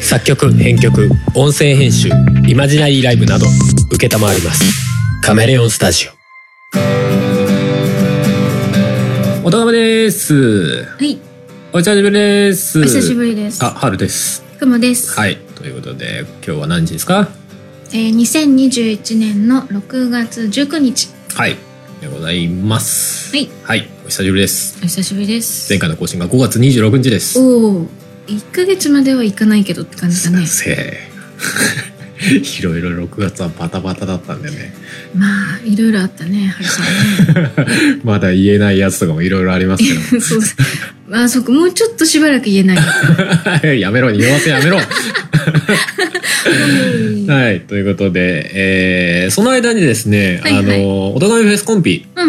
作曲編曲音声編集イマジナリーライブなど承りますカメレオンスタジオおたがまですはい、お久しぶりですお久しぶりです。あ、春ですくもです。はいということで今日は何時ですかえー、2021年の6月19日。はいでございますはい、はいお久しぶりですお久しぶりです。前回の更新が5月26日ですおお、1ヶ月まではいかないけどって感じだね。せー いろいろ6月はバタバタだったんでねまあ、いろいろあったね、はるさんまだ言えないやつとかもいろいろありますけど ね。そうです。まあ、そこ、もうちょっとしばらく言えない。 やめろ、匂わせやめろ。うはい、ということで、えー、その間にですね、はいはいあの、お互いフェスコンピ、ん。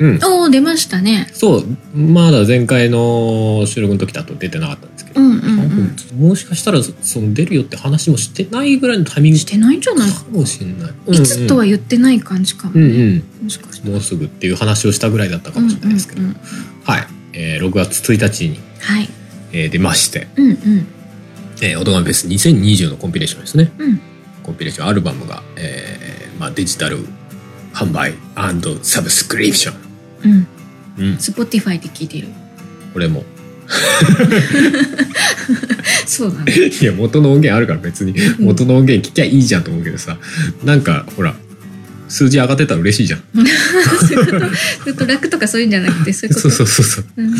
うん、おお、出ましたね。そう、まだ前回の収録の時だと出てなかったんですけうど、んうんうん。もしかしたら、そその出るよって話もしてないぐらいのタイミングしてないんじゃないかもしれない。いつとはうん言ってない感じかもうん、うね。んもしかして。うん、もうすぐっていう話をしたぐらいだったかもしれないですけど、うんうんうんはい、えー、6月1日に、はい。えー出まして、うんうん。えー、お互いフェス2020のコンピレーションですね。うん。コンピレーションアルバムが、えーまあ、デジタル販売サブスクリプション、うん。うん、 Spotify で聞いてる。 これもそうだね。 いや元の音源あるから別にうん元の音源聞きゃいいじゃんと思うけどさなんかほら数字上がってたら嬉しいじゃん そういうことずっと楽とかそういうんじゃなくてそういうこ そとうそうそうそううん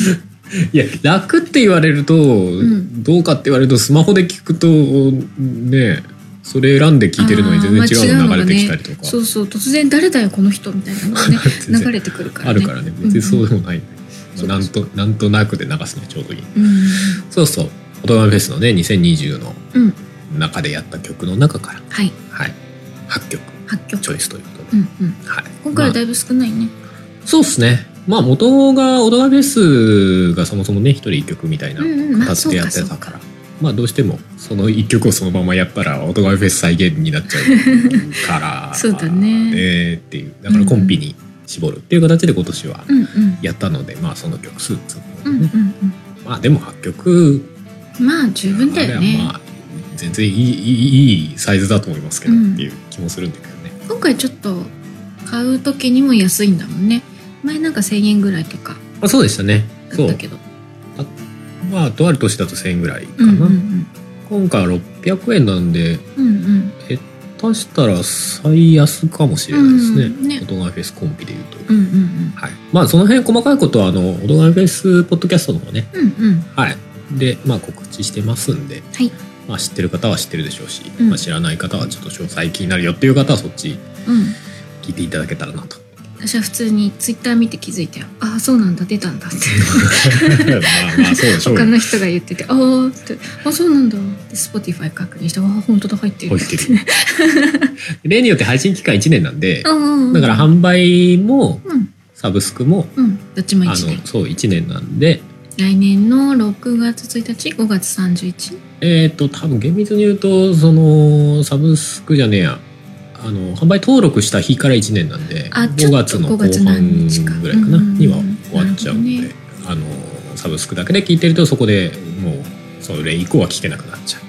いや楽って言われると、んどうかって言われるとスマホで聞くとねそれ選んで聞いてるのに全あー然違うのまあ流れてき違うたのりとかそうそう突然「誰だよこの人」みたいなのがね 全然流れてくるからあねるからね別にそうでもない、うんまあなんとなんとなくで流すにはちょうどいいうんそうそう。オトガメフェスのね、2020のうん中でやった曲の中から、はいはい、8曲8曲チョイスということで。うんうんはい、今回はまだいぶ少ないね、あそうですね。まあ、元が、オトガメフェスがそもそもね、一人一曲みたいなうんうんまあ形そうでかやってたから、まあ、どうしても、その一曲をそのままやったら、オトガメフェス再現になっちゃうから 、そうだねえっていう。だからコンピに絞るっていう形で今年はうんうんやったので、まあ、その曲数っていうのうもんねうんまあ、でも8曲うんまあ十分だよあれねはまあ全然いいいいいいサイズだと思いますけど、うんっていう気もするんだけどね。今回ちょっと買う時にも安いんだもんね前なんか1,000円ぐらいとかまあそうでしたね。だそったう。けどまあとある年だと1000円ぐらいかうな。んうん今回は600円なんで、うんうん足したら最安かもしれないですね。うんねオトガメフェスコンピでいうと。うんうんうんはい。まあその辺細かいことは、あの、オトガメフェスポッドキャストの方ね。うんうんはい。で、まあ告知してますんで、はいまあ知ってる方は知ってるでしょうし、うんまあ知らない方はちょっと詳細気になるよっていう方はそっちうん聞いていただけたらな と。私は普通にツイッター見て気づいてああそうなんだ出たんだってまあまあそうでしょうよ他の人が言っててああってあそうなんだってスポティファイ確認してああ本当だ入ってる入ってる例によって配信期間1年なんで あ、あだから販売もうんサブスクも、うんどっちもあ1の年そう1年なんで来年の6月1日5月31えっ、と多分厳密に言うとそのサブスクじゃねえやあの販売登録した日から1年なんであちょ5っと月の後5月何日か半ぐらいかなうんには終わっちゃうんで、なるあのサブスクだけで聞いてるとそこでもうそれ以降は聞けなくなっちゃう。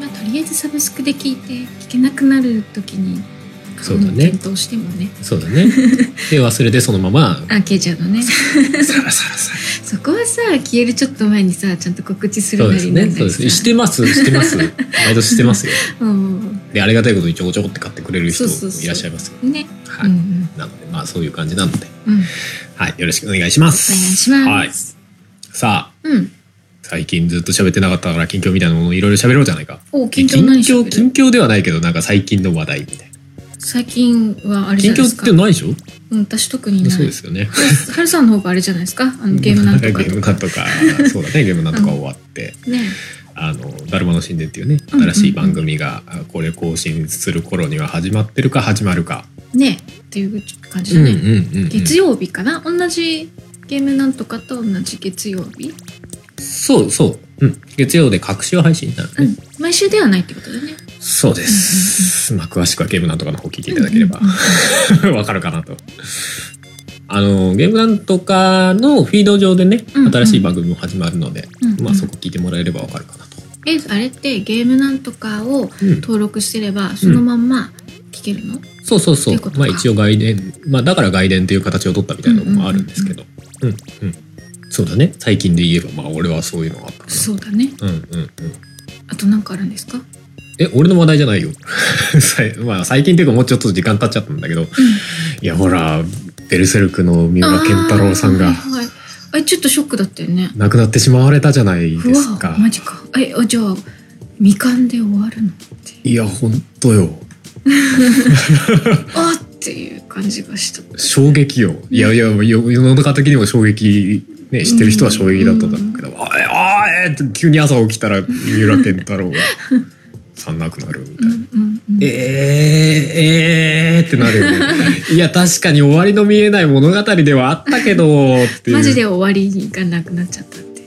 まあとりあえずサブスクで聞いて聞けなくなる時にそうだね検討してもねそうだ ねで忘れてそのままあ消えちゃうのねサラサラサラそこはさ消えるちょっと前にさちゃんと告知すそるうなですりなんね。なそうりでさす。してます、してます。毎年してますよ。うんで、ありがたいことにちょこちょこって買ってくれる人そうそうそういらっしゃいますよ。ねはうい。んなので、まあそういう感じなので、うんうんお願いはい。よろしくお願いします。します、はい。さあ、うん最近ずっと喋ってなかったから近況みたいなものをいろいろ喋ろうじゃないか。お近況何し近況、て近る況ではないけど、なんか最近の話題みたいな。最近はあれじ近ゃないで況すっかてないでしょうん、私特にないそうですよね。ハルさんの方があれじゃないですかあのゲームなんとかゲーとムかなんとか、そうだね。ゲームなんとか終わって。ねあの「だるまの神殿」っていうねうんうんうん新しい番組があこれ更新する頃には始まってるか始まるか、ねっていう感じだね、うんうん月曜日かな同じゲームなんとかと同じ月曜日、そうそう、うん、月曜で各週配信になるね、うん、毎週ではないってことだよねそうです、まあ詳しくはゲームなんとかの方聞いていただければうんうんわかるかなとあのゲームなんとかのフィード上でねうんうん新しい番組も始まるので、うんうんまあそこ聞いてもらえればわかるかなとえあれってゲームなんとかをうん、登録してればそのまんま聞けるの、そうそうそっうてことかまあ一応外伝、まあ、だから外伝っていう形を取ったみたいなのもあるんですけどうんうん、そうだね最近で言えばまあ俺はそういうのがあったかなそうだねうんうんうんあとなんかあるんですか、え俺の話題じゃないよ さいまあ最近っていうかもうちょっと時間経っちゃったんだけどいやほら「ベルセルク」の三浦健太郎さんあーがはいあれちょっとショックだったよね亡くなってしまわれたじゃないでうすわかマジかえあじゃあ未完で終わるのいやほんとよあーっていう感じがした衝撃よいやいやよ世の中的にも衝撃ね知ってる人は衝撃だっただろうけど「あえあえって急に朝起きたら三浦健太郎がさん亡くなるみたういんな。うんうん えー、えーってなるよね。 いや、確かに終わりの見えない物語ではあったけど、っていう。マジで終わりがなくなっちゃったっていう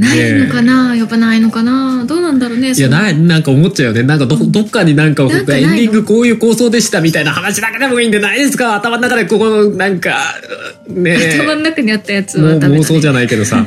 ないのかな、やっぱないのかなどうなんだろうねいやそのななんか思っちゃうよねなんかどどっかになんかなんかないエのンディングこういう構想でしたみたいな話だけでもいいんでないですか頭の中でここのなんかね頭の中にあったやつもうはダメ妄だ、想ね、じゃないけど さあ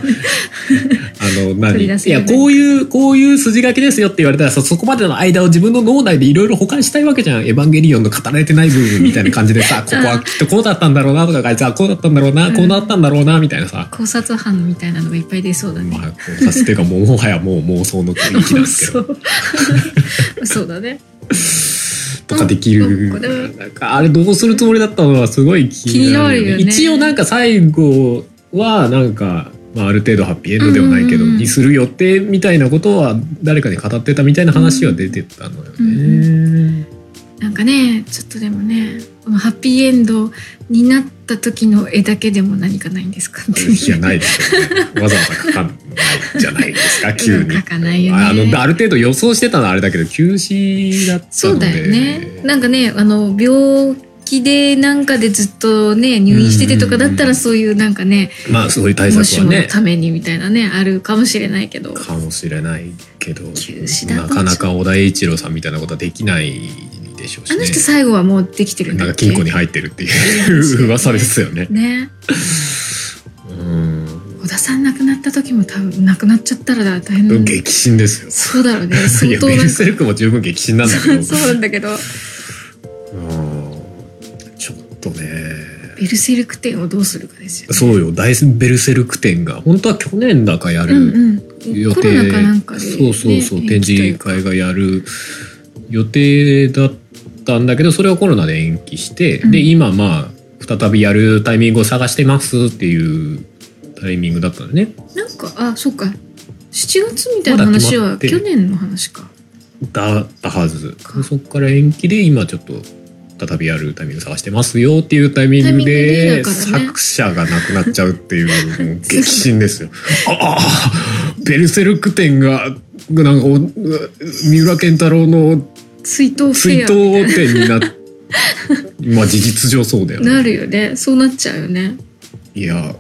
の取何りい出せるやこういうこういう筋書きですよって言われたらさそこまでの間を自分の脳内でいろいろ保管したいわけじゃん「エヴァンゲリオン」の語られてない部分みたいな感じで さここはきっとこうだったんだろうなとかあいつはこうだったんだろうなこうなったんだろうなみたいなさ、考察班みたいなのがいっぱい出そうだね、まあ考察っていうかもうもはやもう妄想の域なん妄ですけ ど。想そうだねとかできる、うんうんなんかあれどうするつもりだったのはすごい気になる,、気になるよね一応なんか最後はなんか、まあ、ある程度ハッピーエンドではないけど、うんうんうんにする予定みたいなことは誰かに語ってたみたいな話は出てたのよね。 うんなんかねちょっとでもねこのハッピーエンドになった時の絵だけでも何かないんですかっていういやないでしょうね、わざわざ書かないじゃないですか急に書かないよねあのある程度予想してたのはあれだけど休止だったのでそうだよねなんかねあの病気でなんかでずっとね入院しててとかだったうんらそういうなんかねまあそういう対も策しはものねためにみたいなねあるかもしれないけどかもしれないけど休止だなとかなか小田栄一郎さんみたいなことはできないでしょうしあねの人最後はもうできてるんなんかだっけ金庫に入ってるっていう噂ですよね。ねうん小田さん亡くなった時も多分亡くなっちゃったら大変なんだ激震ですよ。そうだろう ねい相や当ベなんルかセルクも十分激震なんだけそうど そうなんだけどうんちょっとねベルセルク展をどうするかですよねそうよ大ベルセルク展が本当は去年だかやる。うんう予ん、定コロナかなんかで、ね、そうそうそう、延展期とい示うか会がやる予定だったんだけどそれをコロナで延期して、うんで今まあ再びやるタイミングを探してますっていうタイミングだったんだねなんかあそうか7月みたいな話まだ決まはって去年の話かだったはずそこから延期で今ちょっと再びやるタイミング探してますよっていうタイミングでタイミングでだからね作者が亡くなっちゃうっていう もう激震ですよ。ああベルセルク展がなんかお三浦健太郎の追悼フ追ェア悼点になっまあ事実上そうだよねなるよねそうなっちゃうよねいや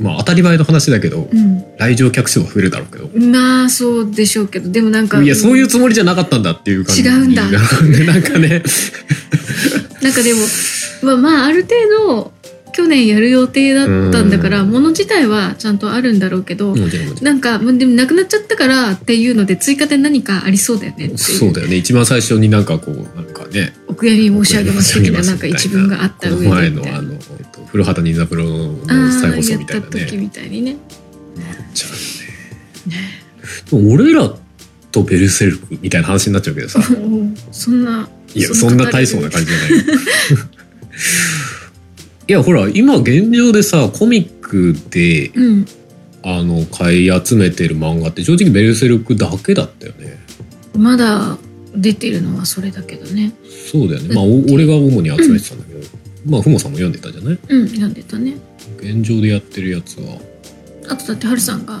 まあ当たり前の話だけど、うん来場客数は増えるだろうけどまあそうでしょうけどでもなんかいやそういうつもりじゃなかったんだっていう感じ違うんだ なんかねなんかでもまあまあある程度去年やる予定だったんだからうんもの自体はちゃんとあるんだろうけど、もちろんもちろなんかもうでもなくなっちゃったからっていうので追加で何かありそうだよねっていんそうだよね一番最初になんかこうなんかねお悔やみ申し上げます的ななんか一文があったこの上で前みのたいあなの、えっと、古畑任三郎の再あ放あ送やっみたいたなね時みたいにねちゃうねでも俺らとベルセルクみたいな話になっちゃうけどさそんないや、そそんんなな大層な感じじゃないよ。いや、ほら、今現状でさ、コミックで、うんあの、買い集めてる漫画って、正直ベルセルクだけだったよね。まだ出てるのはそれだけどねそうだよね。まあ、お俺が主に集めてたんだけど、まあ、ふもさんも読んでたじゃないうん読んでたね現状でやってるやつは。あとだってハルさんが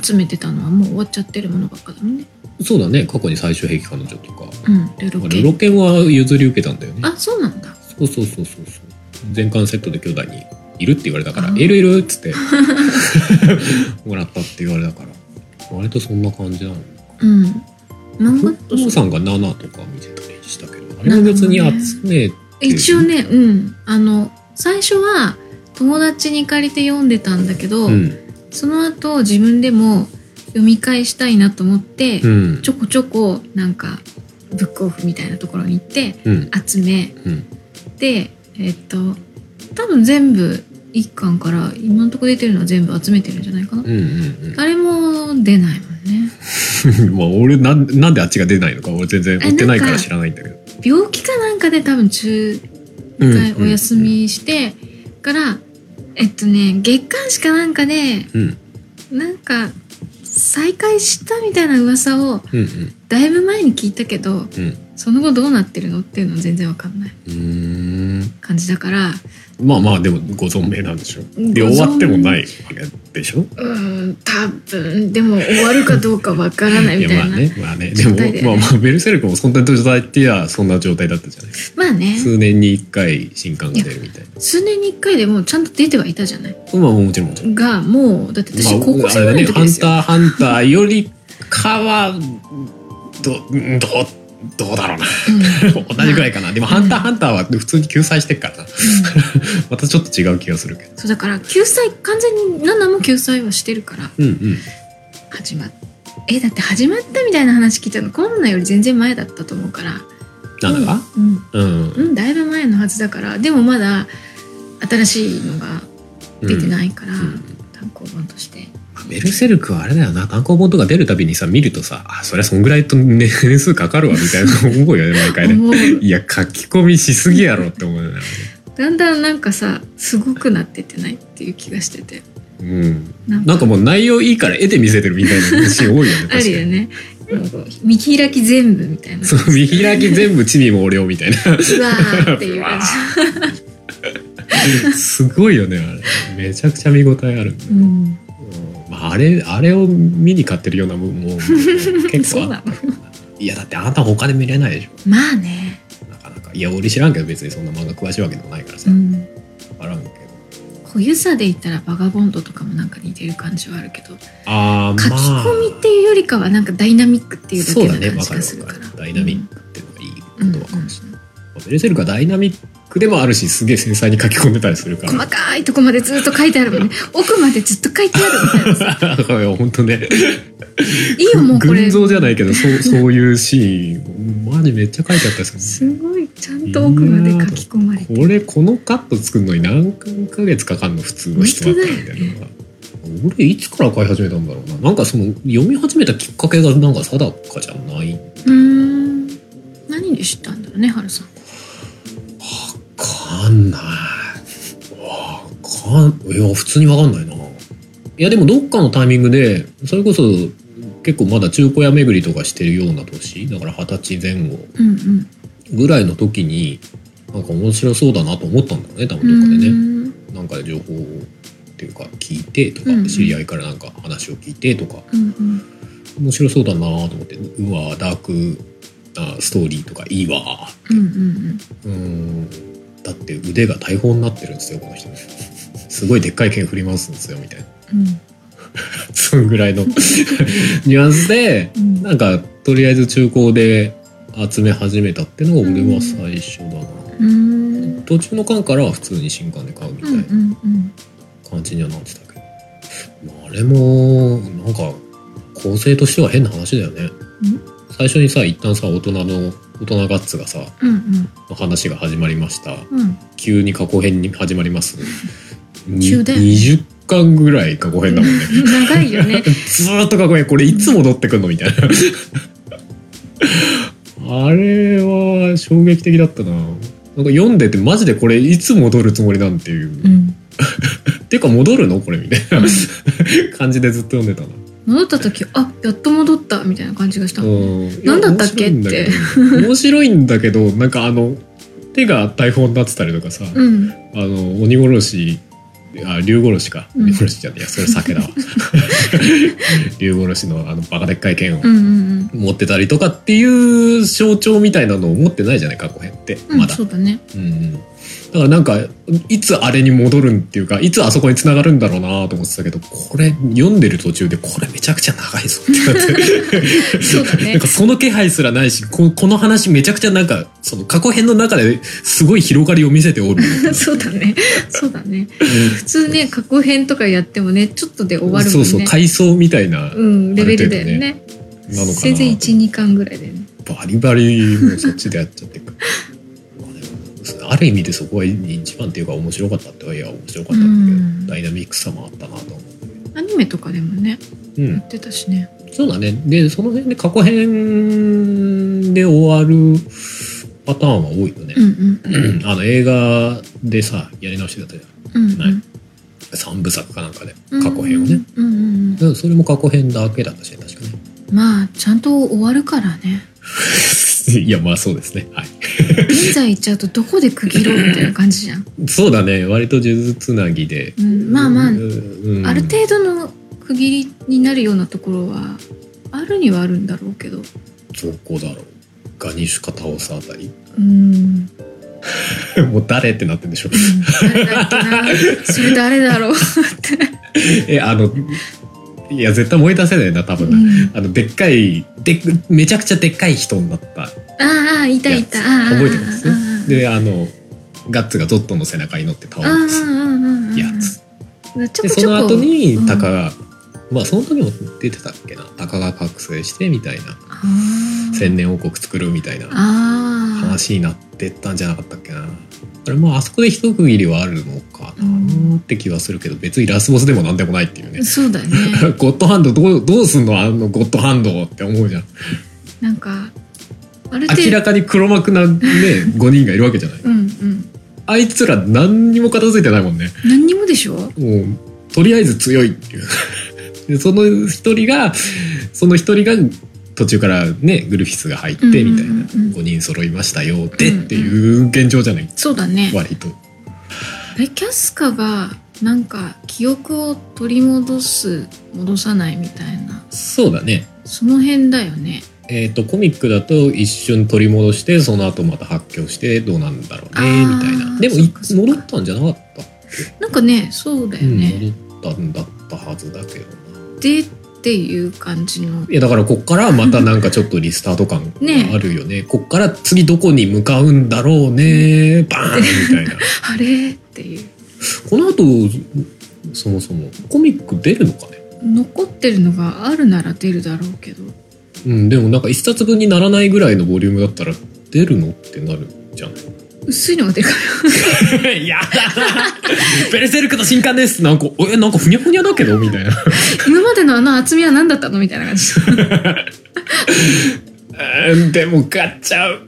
集めてたのはもう終わっちゃってるものばっかだもんねそうだね、過去に最終兵器彼女とか。うんルロまあケルロケンは譲り受けたんだよね。あそうなんだそうそうそうそうそう。全巻セットで兄弟にいるって言われたから「あーいるいる」っつって もらったって言われたから割とそんな感じなのうん漫画お父さんが7とか見てたりしたけどあれも別に集めて一応ねうんあの最初は友達に借りて読んでたんだけど、うんその後自分でも読み返したいなと思って、うんちょこちょこなんかブックオフみたいなところに行ってうん集めうんてえっと多分全部1巻から今のところ出てるのは全部集めてるんじゃないかな、うんうんあれも出ないもんねうんまあ俺なんなんであっちが出ないのか俺全然追ってないかえらなんか知らないんだけど病気かなんかで多分中うん一回お休みしてからえっとね月刊誌かなんかでうんうんなんか再開したみたいな噂をうんうんだいぶ前に聞いたけどうんその後どうなってるのっていうのは全然わかんないうーん感じだからまあまあでもご存命なんでしょ存で終わってもないわけでしょうーん多分でも終わるかどうかわからないみたいなまあねまあねで状態でもまあまあベルセルクもそんな状態っていやそんな状態だったじゃないまあね数年に一回新刊が出るみたい数年に1回でもうちゃんと出てはいたじゃないなまあもちろんもちろんがもうだって私まあ高校生ぐらいのあれ時だねハンですタよ、ーハンターよりかはど どどうだろうな同じぐらいかなでも「ハンターハンター」は普通に救済してっからなまたちょっと違う気がするけどうんそうだから救済完全にナナも救済はしてるからうんうん始まっえだって始まったみたいな話聞いたのコロナより全然前だったと思うからなんだかうん、うんうん、だいぶ前のはずだからでもまだ新しいのが出てないから、ん単行本としてベルセルクはあれだよな単行本とか出るたびにさ見るとさあそりゃそんぐらいとね年数かかるわみたいな思うよね毎回ねもういや書き込みしすぎやろって思うよねだんだんなんかさすごくなってってないっていう気がしててうんなんなんかもう内容いいから絵で見せてるみたいなシーン多いよね確 あかにるよねなんか見開き全部み たいなそう見開き全部地味も俺をみた いなうわーっていう感じ、すごいよねあれめちゃくちゃ見応えある、うん、うんまあ、あれあれを見に買ってるようなもんもう結構そあう なのいやだってあなた他で見れないでしまあね、ょなかなかいや俺知らんけど別にそんな漫画詳しいわけでもないからさ、うん、わからんけどこういうさで言ったらバガボンドとかもなんか似てる感じはあるけどあー書き込みっていうよりかはなんかダイナミックっていうだけそうだなね感わじかがるするわかからるダイナミックっていうのがいいことはかもしれない、うんうんうんまあベルセルクはダイナミックでもあるしすげえ繊細に書き込んでたりする から細かいとこまでずっと書いてあるもんね奥までずっと書いてあるみたいなさいや本当ねいいよもうこれ群像じゃないけど そうそういうシーンマジめっちゃ書いてあったりするすごいちゃんと奥まで書き込まれてこれこのカット作るのに何ヶ月かかんの普通の人だったみたいな、俺いつから買い始めたんだろうななんかその読み始めたきっかけがなんか定かじゃないうーん何で知ったんだろうねハルさんわかんない。わかん、いや、普通にわかんないな。いや、でもどっかのタイミングで、それこそ、結構まだ中古屋巡りとかしてるような年、だから二十歳前後うんうんぐらいの時に、なんか面白そうだなと思ったんだろうね、多う分どっかでね。ーんなんか情報っていうか、聞いてとうんうんか、知り合いからなんか話を聞いてとか、うんうん面白そうだなと思って、うわダークなストーリーとかいいわうんうんうーんだって腕が大砲になってるんですよこの人ねすごいでっかい剣振り回すんですよみたいな うんそんぐらいの ニュアンスでうんなんかとりあえず中古で集め始めたってのが俺は最初だな、うんうん途中の間からは普通に新刊で買うみたういんなうんうん感じにはなってたけど、まあ、あれもなんか構成としては変な話だよね最初にさ一旦さ大人の大人ガッツがさうんの話が始まりましたうんうん急に過去編に始まります。に急だよね20巻ぐらい過去編だもんね。 長いよねずーっと過去編、これいつ戻ってくんのみたいな。あれは衝撃的だったな。なんか読んでてマジでこれいつ戻るつもりなんていう。うんっていうか戻るのこれみた いな感じでずっと読んでたな。戻った時あやっと戻ったみたいな感じがしたもんねうん何だったっけいや面白いんだけど、面白いんだけどなんかあの、手が台本になってたりとかさ。うんあの鬼殺しあ竜殺しかうん鬼殺しじゃねえやそれ酒 だわ竜殺しのあのバカでっかい剣をうんうん持ってたりとかっていう象徴みたいなのを持ってないじゃない過去編ってうんうまんだ、そう だねうんうんだからなんかいつあれに戻るんっていうかいつあそこに繋がるんだろうなと思ってたけどこれ読んでる途中でこれめちゃくちゃ長いぞってなってそうだなね んかその気配すらないしここの話めちゃくちゃなんかその過去編の中ですごい広がりを見せておる そうだねそうだねうん普通ね過去編とかやってもねちょっとで終わるもんねそうそう階層みたいな、うん、レベルだよねなのかなせいぜい12巻ぐらいだよねバリバリもうそっちでやっちゃっていく ある意味でそこが一番っていうか面白かったっていや面白かったんだけど、うんダイナミックさもあったなと思アニメとかでもねう、うんやってたしねそうだねでその辺で過去編で終わるパターンは多いよねう、んううんんあの映画でさやり直しだったじゃうんないん3部作かなんかでうん過去編をね、うんうんうんうんそれも過去編だけだったしね確かねまあちゃんと終わるからねいやまあそうですね はい現在行っちゃうとどこで区切ろうみたいな感じじゃん、そうだね割と数珠つなぎでうん、まあまあ、うんある程度の区切りになるようなところはあるにはあるんだろうけどどこだろうガニッシュか倒すあたり うんもう誰ってなってんでしょ誰だっけなそれ誰 だろうって、えあのいや絶対思い出せないな多分うな、ん、あのでっかいでめちゃくちゃでっかい人になったああいたいたああ覚えてますあであのガッツがゾットの背中に乗って倒ああああああすああやつちょでこそちょのこ後にタカあが、まあその時も出てたっけなタカが覚醒してみたいなあ千年王国作るみたいなああ話になってったんじゃなかったっけなそれもあそこで一区切りはあるのかなって気はするけど別にラスボスでも何でもないっていうね そうだねゴッドハンドどうどうすんのあのゴッドハンドって思うじゃんなんかある程明度らかに黒幕なね5 人がいるわけじゃないうんうんあいつら何にも片付いてないもんね何にもでしょもうとりあえず強いっていう でその一人がその一人が途中からねグルフィスが入ってみたいな、うんうんうんうん5人揃いましたよでっていう現状じゃないそうだね割とあれキャスカがなんか記憶を取り戻す戻さないみたいなそうだねその辺だよねえー、とコミックだと一瞬取り戻してその後また発狂してどうなんだろうあねーみたいなでもいそっかそっか戻ったんじゃなかったっなんかねそうだけ、よね、うん戻ったんだったはずだけどなでっていう感じのいやだからこっからまたなんかちょっとリスタート感 ねがあるよねこっから次どこに向かうんだろうねバーンみ たいなあれっていうこの後そもそもコミック出るのかね残ってるのがあるなら出るだろうけどうんでもなんか一冊分にならないぐらいのボリュームだったら出るのってなるじゃない薄いのが出るからい やだベルセルクの新刊ですなんか、え、なんかふにゃふにゃだけどみたいな。今までのあの厚みは何だったのみたいな感じ でも買っちゃう。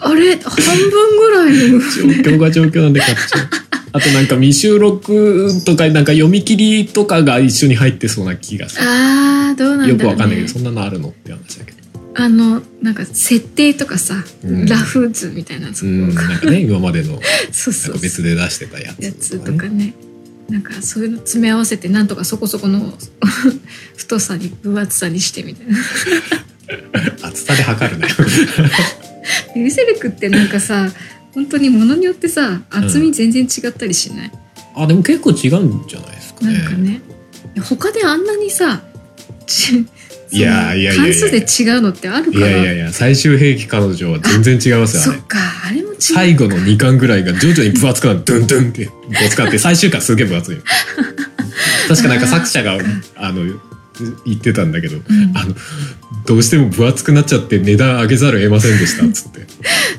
あれ半分ぐらいの状況が状況なんで買っちゃう。あとなんか未収録とか、なんか読み切りとかが一緒に入ってそうな気がする。あーどうなんだろう、ね、よくわかんないけど、そんなのあるのって話だけど。あのなんか設定とかさ、うんラフ図みたいなやつうとん、かなんかね、今までの、なんかそうそう別で出してたややつとつかとね、かねなんかそういうの詰め合わせてなんとかそこそこの 太さに分厚さにしてみたいな。厚さで測るね。 ベルセルクってなんかさ本当に物によってさ厚み全然違ったりしない、あ、でも結構違うんじゃないですかね。なんかねいや他であんなにさちいやいやいそやいやの関数で違うのってあるいからやいやいや、最終兵器彼女は全然違いますよねそ。っかあれも違う最後の2巻ぐらいが徐々に分厚くなるドゥンドゥンって分厚くなって最終巻すげえ分厚いの確かなんか作者があの言ってたんだけど、うんあのどうしても分厚くなっちゃって値段上げざるを得ませんでしたっつって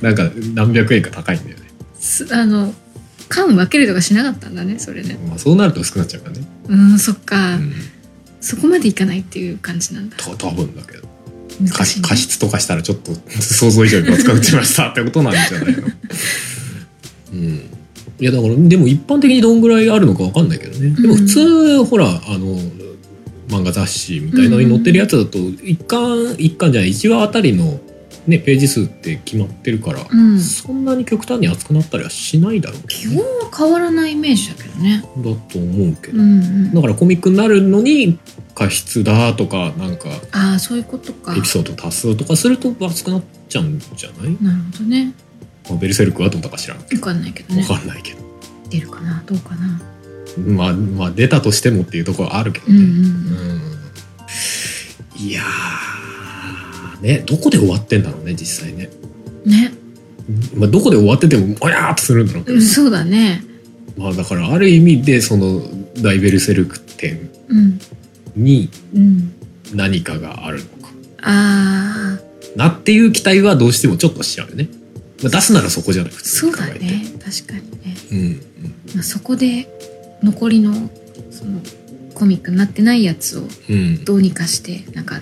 なんか何百円か高いんだよね、すあの缶分けるとかしなかったんだねそれねまあ、そうなると薄くなっちゃうからね、うんそっか、うん、そこまでいかないっていう感じなんだと多分だけど過難しい、失ね、過失とかしたらちょっと想像以上に分厚くなっちゃいま したってことなんじゃないのうんいやだからでも一般的にどんぐらいあるのかわかんないけどねでも普通、ほらあの漫画雑誌みたいなのに載ってるやつだと一巻一巻じゃない1話あたりの、ね、ページ数って決まってるから、うんそんなに極端に厚くなったりはしないだろうけ基ど本ねは変わらないイメージだけどね。だと思うけうど、んうん、だからコミックになるのに過失だとかなんかああそういうことか。エピソード足すとかすると厚くなっちゃうんじゃないなるほどね。まあベルセルクはどうだか知らんけわかんないけどどねわ。かんないけど、出るかなどうかな。まあまあ出たとしてもっていうところはあるけどうんうね、うんん。いやーねどこで終わってんだろうね実際ね、ね、まあ、どこで終わっててもおやーっとするんだろうけど、そうだね。まあだからある意味でその大ベルセルク展うん。にうん、何かがあるのかああなっていう期待はどうしてもちょっとしちゃうよね、まあ、出すならそこじゃない普通そにう考だえてね確かにね、うんまあ、そこで残りのそのコミックになってないやつをうんうんどうにかしてなんか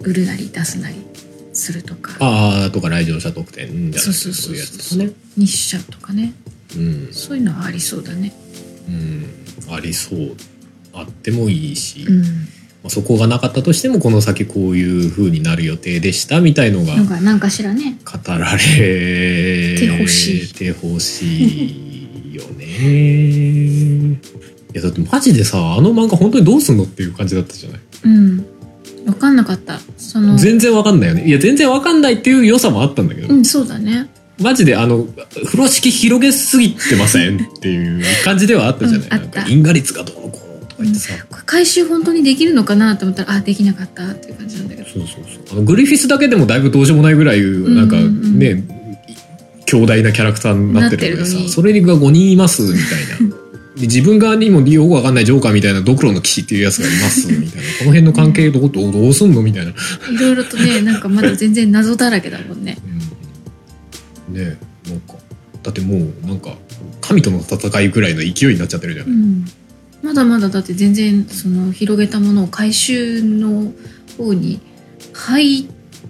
売るなり出すなりするとかああとか来場者特典うんじゃないそうそうそういうやそうつとかね日射とかねうんそういうのはありそうだねうんありそうあってもいいし、うまんあそこがなかったとしてもこの先こういう風になる予定でしたみたいのがなんかなんかしらね語られてほ しいてほしいよねいやだってマジでさあの漫画本当にどうすんのっていう感じだったじゃない、うん分かんなかったその全然わかんないよねいや全然わかんないっていう良さもあったんだけど、うんそうだねマジであの風呂敷広げすぎてませんっていう感じではあったじゃない、うんあっなんたか因果率がどうのこうのとか言ってさ、これ回収本当にできるのかなと思ったらあできなかったっていう感じなんだけどそうそうそうあのグリフィスだけでもだいぶどうしようもないぐらいなんかね、うんうんうん強大なキャラクターになってるのでなってるのさにそれにが5人いますみたいなで自分側にもよくわかんないジョーカーみたいなドクロの騎士っていうやつがいますみたいなこの辺の関係どうどうどうすんのみたいな、ういろいろと ねなんかまだ全然謎だらけだもんねん、ねえなんかだってもうなんか神との戦いぐらいの勢いになっちゃってるじゃうない、んまだまだだって全然その広げたものを回収の方に入っ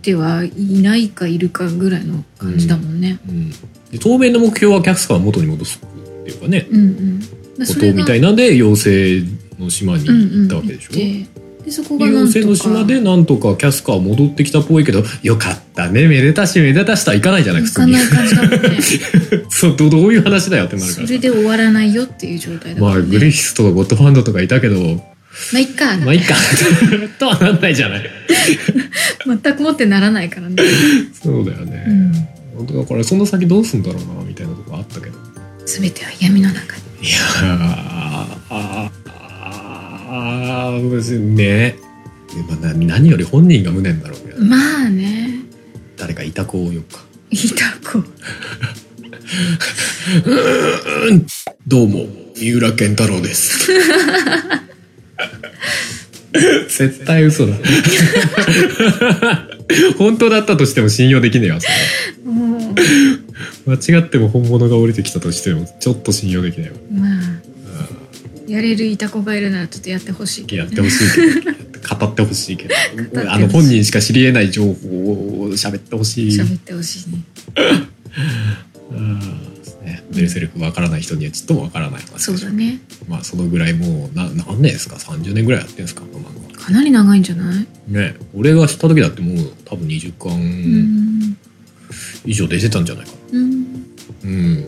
てはいないかいるかぐらいの感じだもんね、うん、で当面の目標はキャスカーを元に戻すっていうかねうん、うんでことみたいなんで妖精の島に行ったわけでしょ、うんうん、行ってでそこがなんとか妖精の島でなんとかキャスカー戻ってきたっぽいけどよかったねめでたしめでたしとはいかないじゃない普行通かにない感じだもん ねそうどどういう話だよってなるかそられで終わらないよっていう状態だまもあんねグリフィスとかゴッドファンドとかいたけどまあいっか、まあいいかとはなんないじゃない全くもってならないからね、そうだようね、ん、本当だからその先どうすんだろうなみたいなとこあったけどい全ては闇の中にやーあーあー別にねでまあな何より本人が無念だろうけど、まあね誰かいた子を呼ぶかいた子どうも、三浦健太郎です。 絶対嘘だ。 本当だったとしても信用できねえわ。そもうれ間違っても本物が降りてきたとしても、ちょっと信用できねえわ。まあやれるいた子がいるならちょっとやってほしいうんやってほしいけど、語ってほしいけどほし、いあの本人しか知り得ない情報を喋ってほしい。喋ってほしいねうんですねベルセルクわからない人にはちょっともわからない話でしそょうだねまあそのぐらいもうな何年ですか30年ぐらいやってるんですかこの漫画かなり長いんじゃない、ね俺が知った時だってもう多分20う巻ん以上出てたんじゃないかなうんうん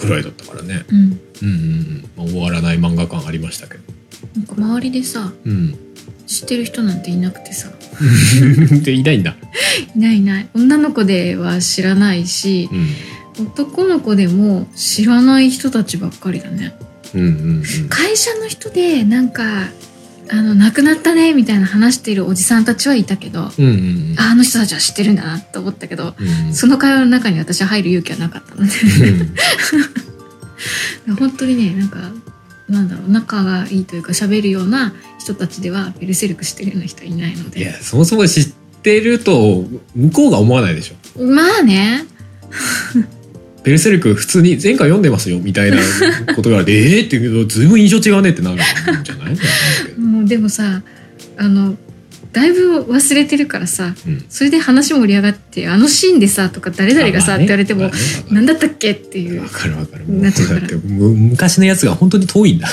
ぐらいだったからねうんうんうんうん、まあ、終わらない漫画感ありましたけどなんか周りでさうん 知ってる人なんていなくてさでいないんだいないいない女の子では知らないしうん男の子でも知らない人たちばっかりだねうんうん会社の人でなんかあの亡くなったねみたいな話しているおじさんたちはいたけどあうんうんうんあの人たちは知ってるんだなと思ったけどうんうんその会話の中に私は入る勇気はなかったので本当にねなんかなんだろう仲がいいというか喋るような人たちではベルセルクしてるような人はいないのいやでそもそも知ってると向こうが思わないでしょまあねベルセルク普通に前回読んでますよみたいな ことがあるええって言うけどずいぶん印象違うねってなるんじゃないもうでもさあのだいぶ忘れてるからさうんそれで話盛り上がって「あのシーンでさ」とか「誰々がさ」って言われてまあもね「何だったっけ?」っていうわかるわかる。もうなっちゃうかだらってむ昔のやつが本当に遠いん だ。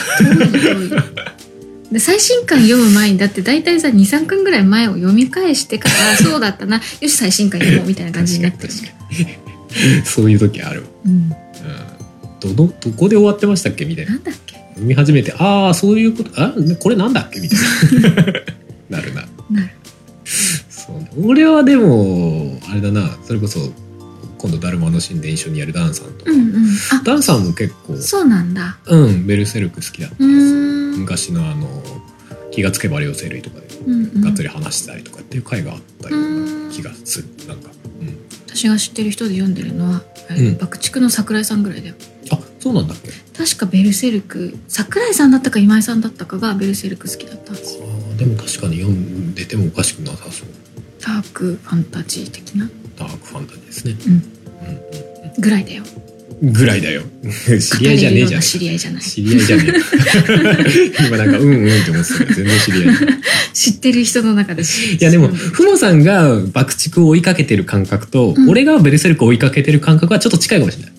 で最新刊読む前にだって大体さ23巻ぐらい前を読み返してか らそうだったなよし最新刊読もうみたいな感じになってる、そういう時ある。うん、なうん。どのどこで終わってましたっけみたいな。んだっけ読み始めて、ああそういうこと。あこれなんだっけみたいな。 なるな。なるそうね。俺はでもあれだな。それこそ今度ダルマの神殿一緒にやるダンさんとか。うんうんあダンさんも結構そうなんだうんベルセルク好きだったうーんうん昔のあの気がつけば両生類とかでうんがっつり話したりとかっていう回があったような気がする、なんか、うん、私が知ってる人で読んでるのは、うん爆竹の桜井さんぐらいだよあそうなんだっけ確かベルセルク桜井さんだったか今井さんだったかがベルセルク好きだったんですよでも確かに読んでてもおかしくなさそうダークファンタジー的なダークファンタジーですね、うんぐらいだようん、ぐらいだ よ知り合いじゃねえじゃん語れるような知り合いじ ゃない知り合いじゃね え今なんかうんうんって思ってたけど全然知り合いじゃない知ってる人の中で知いやでもふもさんが爆竹を追いかけてる感覚と、うん俺がベルセルクを追いかけてる感覚はちょっと近いかもしれない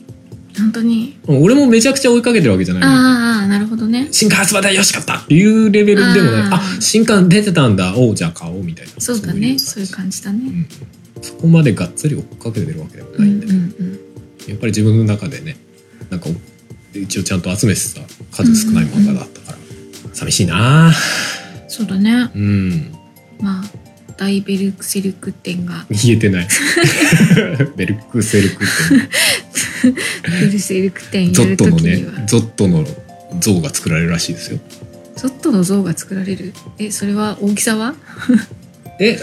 本当にうん俺もめちゃくちゃ追いかけてるわけじゃないのああなるほどね新刊発売だよしかったっていうレベルでもないああー新刊出てたんだおうじゃあ買おうみたいなそうだねそういうじ感じだねうんそこまでがっつり追っかけてるわけでもうないんんで、うんうんやっぱり自分の中でねなんか一応ちゃんと集めてた数少ない漫画だったから、寂しいなあそうだねうんまあ大ベルセルク 展が言えて ないベルクセルクってベルセルク展ゾやッるトとのきねにはゾットの像が作られるらしいですよゾットの像が作られるえそれは大きさはえ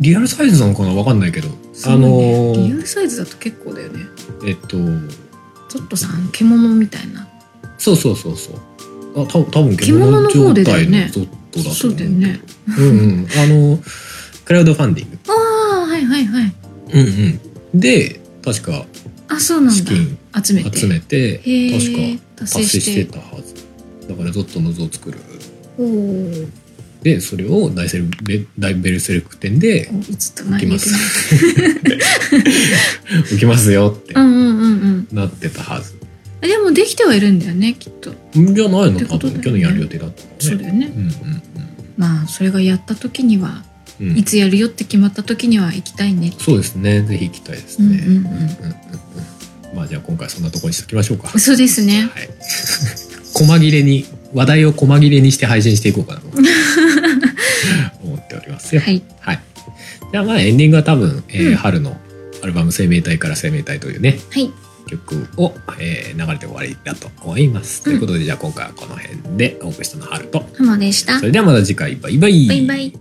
リアルサイズなのかなわかんないけど、そあうねのリアールサイズだと結構だよねえっとゾットさん獣みたいなそうそうそうそうあた多分獣の方でだよね状態のゾットだと思そうだよねうんうんあのクラウドファンディングああはいはいはいうんうんで確かあそうなんだ資金集めて集めてへえ確か達成達成ししててたはずだからゾットの像を作るおーでそれを大セルベ大ベルセルク店でお映ったな置き入まれてないす置きますよってうんうんうんうんなってたはずあでもできてはいるんだよねきっとじゃないのって多ことだよ分ね去年やる予定だったのねそうだよねうんうんまあそれがやった時にはうんうんいつやるよって決まった時には行きたいねそうですねぜひ行きたいですうんねうんううんんうんうんまあじゃあ今回そんなところにしときましょうかそうですねはい 細切れに話題を細切れにして配信していこうかなと思っておりますよはいはい。じゃあまあエンディングは多分、えーうん春のアルバム生命体から生命体というね、はい曲を、えー流れて終わりだと思います。とうんいうことで、じゃあ今回はこの辺でお送りしたのは春と、浜でしたそれではまた次回、バイバイ。バイバイ。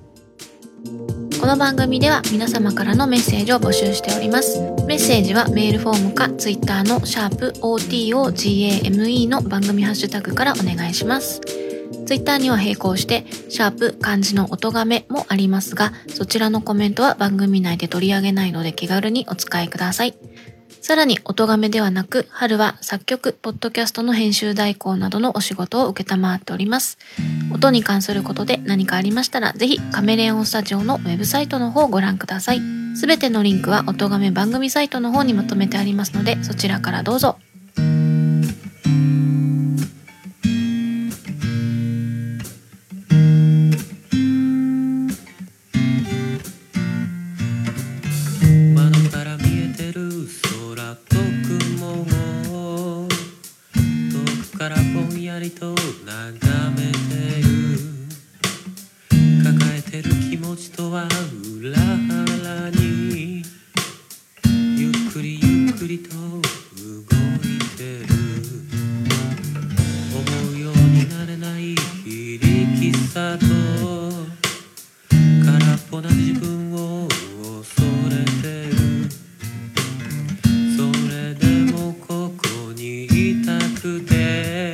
この番組では皆様からのメッセージを募集しております。メッセージはメールフォームか Twitter のシャープ o t o g a m e の番組ハッシュタグからお願いします。Twitter には並行して、シャープ漢字の音がめもありますが、そちらのコメントは番組内で取り上げないので気軽にお使いください。さらに、音がめではなく、春は作曲、ポッドキャストの編集代行などのお仕事を受けたまわっております。音に関することで何かありましたら、ぜひカメレオンスタジオのウェブサイトの方をご覧ください。すべてのリンクは音亀番組サイトの方にまとめてありますので、そちらからどうぞ。窓から見えてる空と雲を遠くからぼんやりと眺めてる抱えてる気持ちとは裏腹にゆっくりゆっくりと動いてる思うようになれない非力さと空っぽな自分を恐れてるそれでもここにいたくて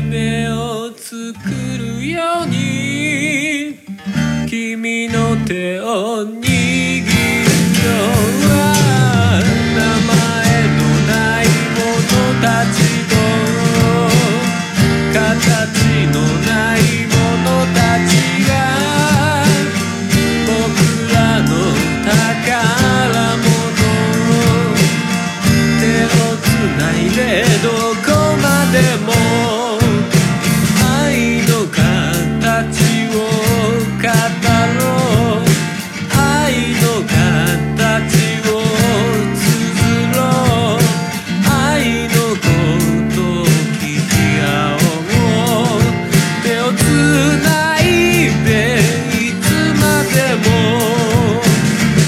作るように君の手を握る今日は名前のない者たちと形のない者たちが僕らの宝物手をつないでどこまでも愛の形を語ろう愛の形を綴ろう愛のことを聞き合おう手をつないでいつまでも「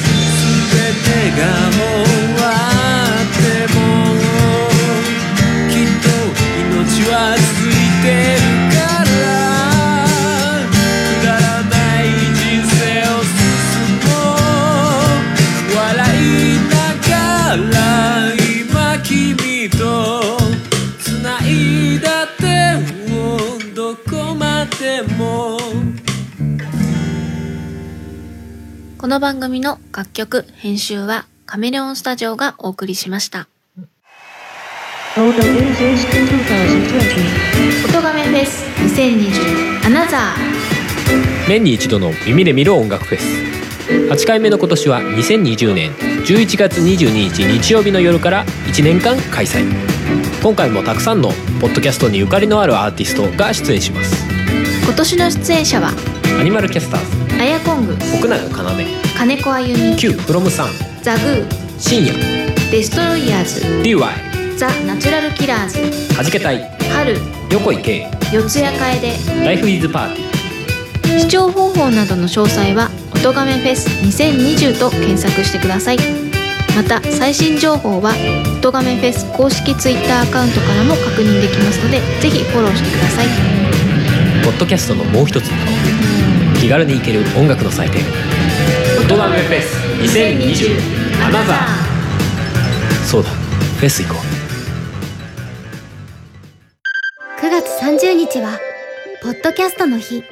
すべてが終わっても」「きっと命は続いてるから」「くだらない人生を進もう」「笑いながら今君とつないだ手をどこまでも」この番組の楽曲、編集はカメレオンスタジオがお送りしました。 Photo Insist 2020. 音画面です。2020アナザ年に一度の耳で見る音楽フェス8回目の今年は2020年11月22日日曜日の夜から1年間開催今回もたくさんのポッドキャストにゆかりのあるアーティストが出演しますー。今年の出演者は、アニマルキャスターズアヤコング、奥永要金子あゆみ、 Q プロムさんザグー、深夜デストロイヤーズ、 DY ザ・ナチュラルキラーズ、はじけたい春、横井圭四谷楓、ライフイズパーティ視聴方法などの詳細は「音亀フェス2020」と検索してくださいまた最新情報は「音亀フェス」公式 Twitter アカウントからも確認できますのでぜひフォローしてくださいーポッドキャストのもう一つの顔気軽に行ける音楽の祭典「音楽フェス2020アナザー」そうだフェス行こう9月30日はポッドキャストの日